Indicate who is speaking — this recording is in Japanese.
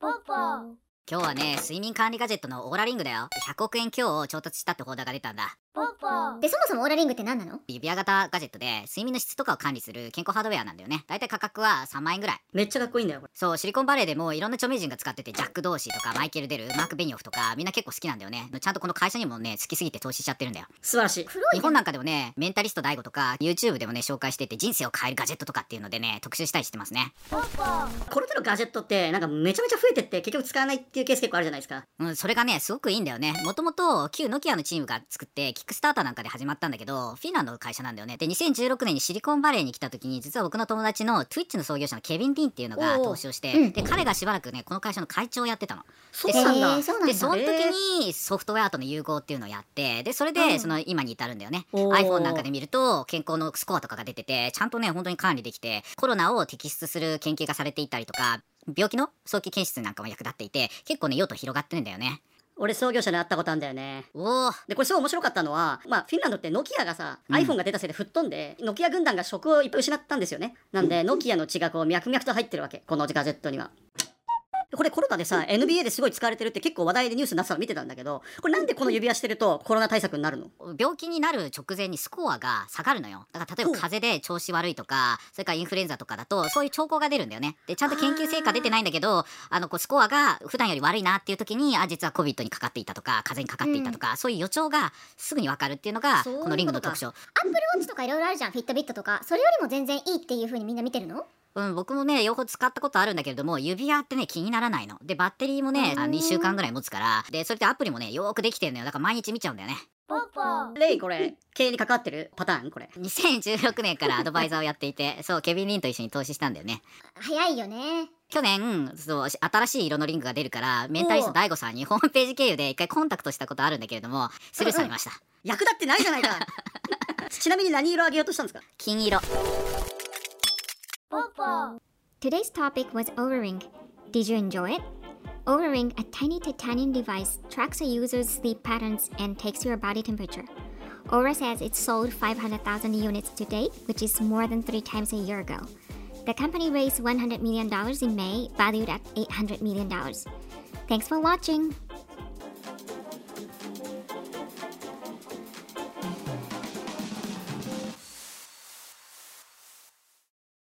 Speaker 1: ポッポ
Speaker 2: 今日はね、睡眠管理ガジェットのオーラリングだよ。100億円強を調達したって報道が出たんだ。
Speaker 1: ポッポ
Speaker 3: で、そもそもオーラリングって何なの
Speaker 2: 指輪型ガジェットで、睡眠の質とかを管理する健康ハードウェアなんだよね。だいたい価格は3万円ぐらい。
Speaker 4: めっちゃかっこいいんだよこれ
Speaker 2: そう、シリコンバレーでもいろんな著名人が使ってて、ジャック・ドーシーとかマイケル・デル、マーク・ベニオフとか、みんな結構好きなんだよね。ちゃんとこの会社にもね、好きすぎて投資しちゃってるんだよ。
Speaker 4: 素晴らしい
Speaker 3: 黒い
Speaker 2: 日本なんかでもね、メンタリスト DAIGO とか、YouTube でもね、紹介してて、人生を変えるガジェットとかっていうのでね、特集したりしてますね。
Speaker 1: ポッポ
Speaker 4: この手のガジェットってなんかめちゃめちゃ増えてって結局使わないっていうケース結構あるじゃないですか
Speaker 2: うん、それがね、すごくいいんだよね。もともと、旧ノキアのチームが作って、キックスターターなんかで始まったんだけど、フィンランドの会社なんだよね。で、2016年にシリコンバレーに来た時に、実は僕の友達の Twitch の創業者のケビン・リンっていうのが
Speaker 4: おうおう
Speaker 2: 投資をして、
Speaker 3: うん
Speaker 2: で、彼がしばらくね、この会社の会長をやってたの。
Speaker 4: そうなんだ、
Speaker 3: へーそうなん
Speaker 2: で、
Speaker 3: だ
Speaker 2: その時にソフトウェアとの融合っていうのをやって、で、それで、その今に至るんだよね。
Speaker 4: おー
Speaker 2: iPhone なんかで見ると、健康のスコアとかが出てて、ちゃんとね、本当に管理できて、コロナを摘出する研究がされていたりとか、病気の早期検出なんかも役立っていて、結構ね、用途広がってるんだよね。
Speaker 4: 俺創業者に会ったことあるんだよね
Speaker 2: おー、
Speaker 4: でこれすごい面白かったのは、まあ、フィンランドってノキアがさ、
Speaker 2: うん
Speaker 4: iPhone が出たせいで吹っ飛んでノキア軍団が職をいっぱい失ったんですよねなんで、ノキアの血がこう脈々と入ってるわけこのガジェットには。これコロナでさ NBA ですごい使われてるって結構話題でニュースになってたの見てたんだけどこれなんでこの指輪してるとコロナ対策になるの
Speaker 2: 病気になる直前にスコアが下がるのよだから例えば
Speaker 4: ほう
Speaker 2: 風邪で調子悪いとかそれからインフルエンザとかだとそういう兆候が出るんだよねでちゃんと研究成果出てないんだけどあのこうスコアが普段より悪いなっていう時にあ実は COVID にかかっていたとか風邪にかかっていたとか、そういう予兆がすぐに分かるっていうのが
Speaker 4: そういうこと
Speaker 2: このリングの特徴
Speaker 3: アップルウォッチとかいろいろあるじゃんフィットビットとかそれよりも全然いいっていう風にみんな見てるの
Speaker 2: うん、僕もね、両方使ったことあるんだけれども、指輪ってね、気にならないの。で、バッテリーもね、あの2週間ぐらい持つから、で、それでアプリもね、よーくできてるのよ。だから毎日見ちゃうんだよ ね。
Speaker 1: ポッポ
Speaker 4: レイこれ経営に関わってるパターンこれ
Speaker 2: 2016年からアドバイザーをやっていて、そう、ケビン・リンと一緒に投資したんだよね。
Speaker 3: 早いよね
Speaker 2: 去年そうし新しい色のリングが出るからメンタリスト DAIGO さんにホームページ経由で一回コンタクトしたことあるんだけれどもスルーされました
Speaker 4: 役立ってないじゃないかちなみに何色あげようとしたんですか
Speaker 2: 金色
Speaker 1: ポッポ
Speaker 3: Today's topic was Overring Did you enjoy it? Overring, a tiny titanium device, tracks a user's sleep patterns and takes your body temperature. Aura says it sold 500,000 units to date, which is more than three times a year ago. The company raised $100 million in May, valued at $800 million. Thanks for watching!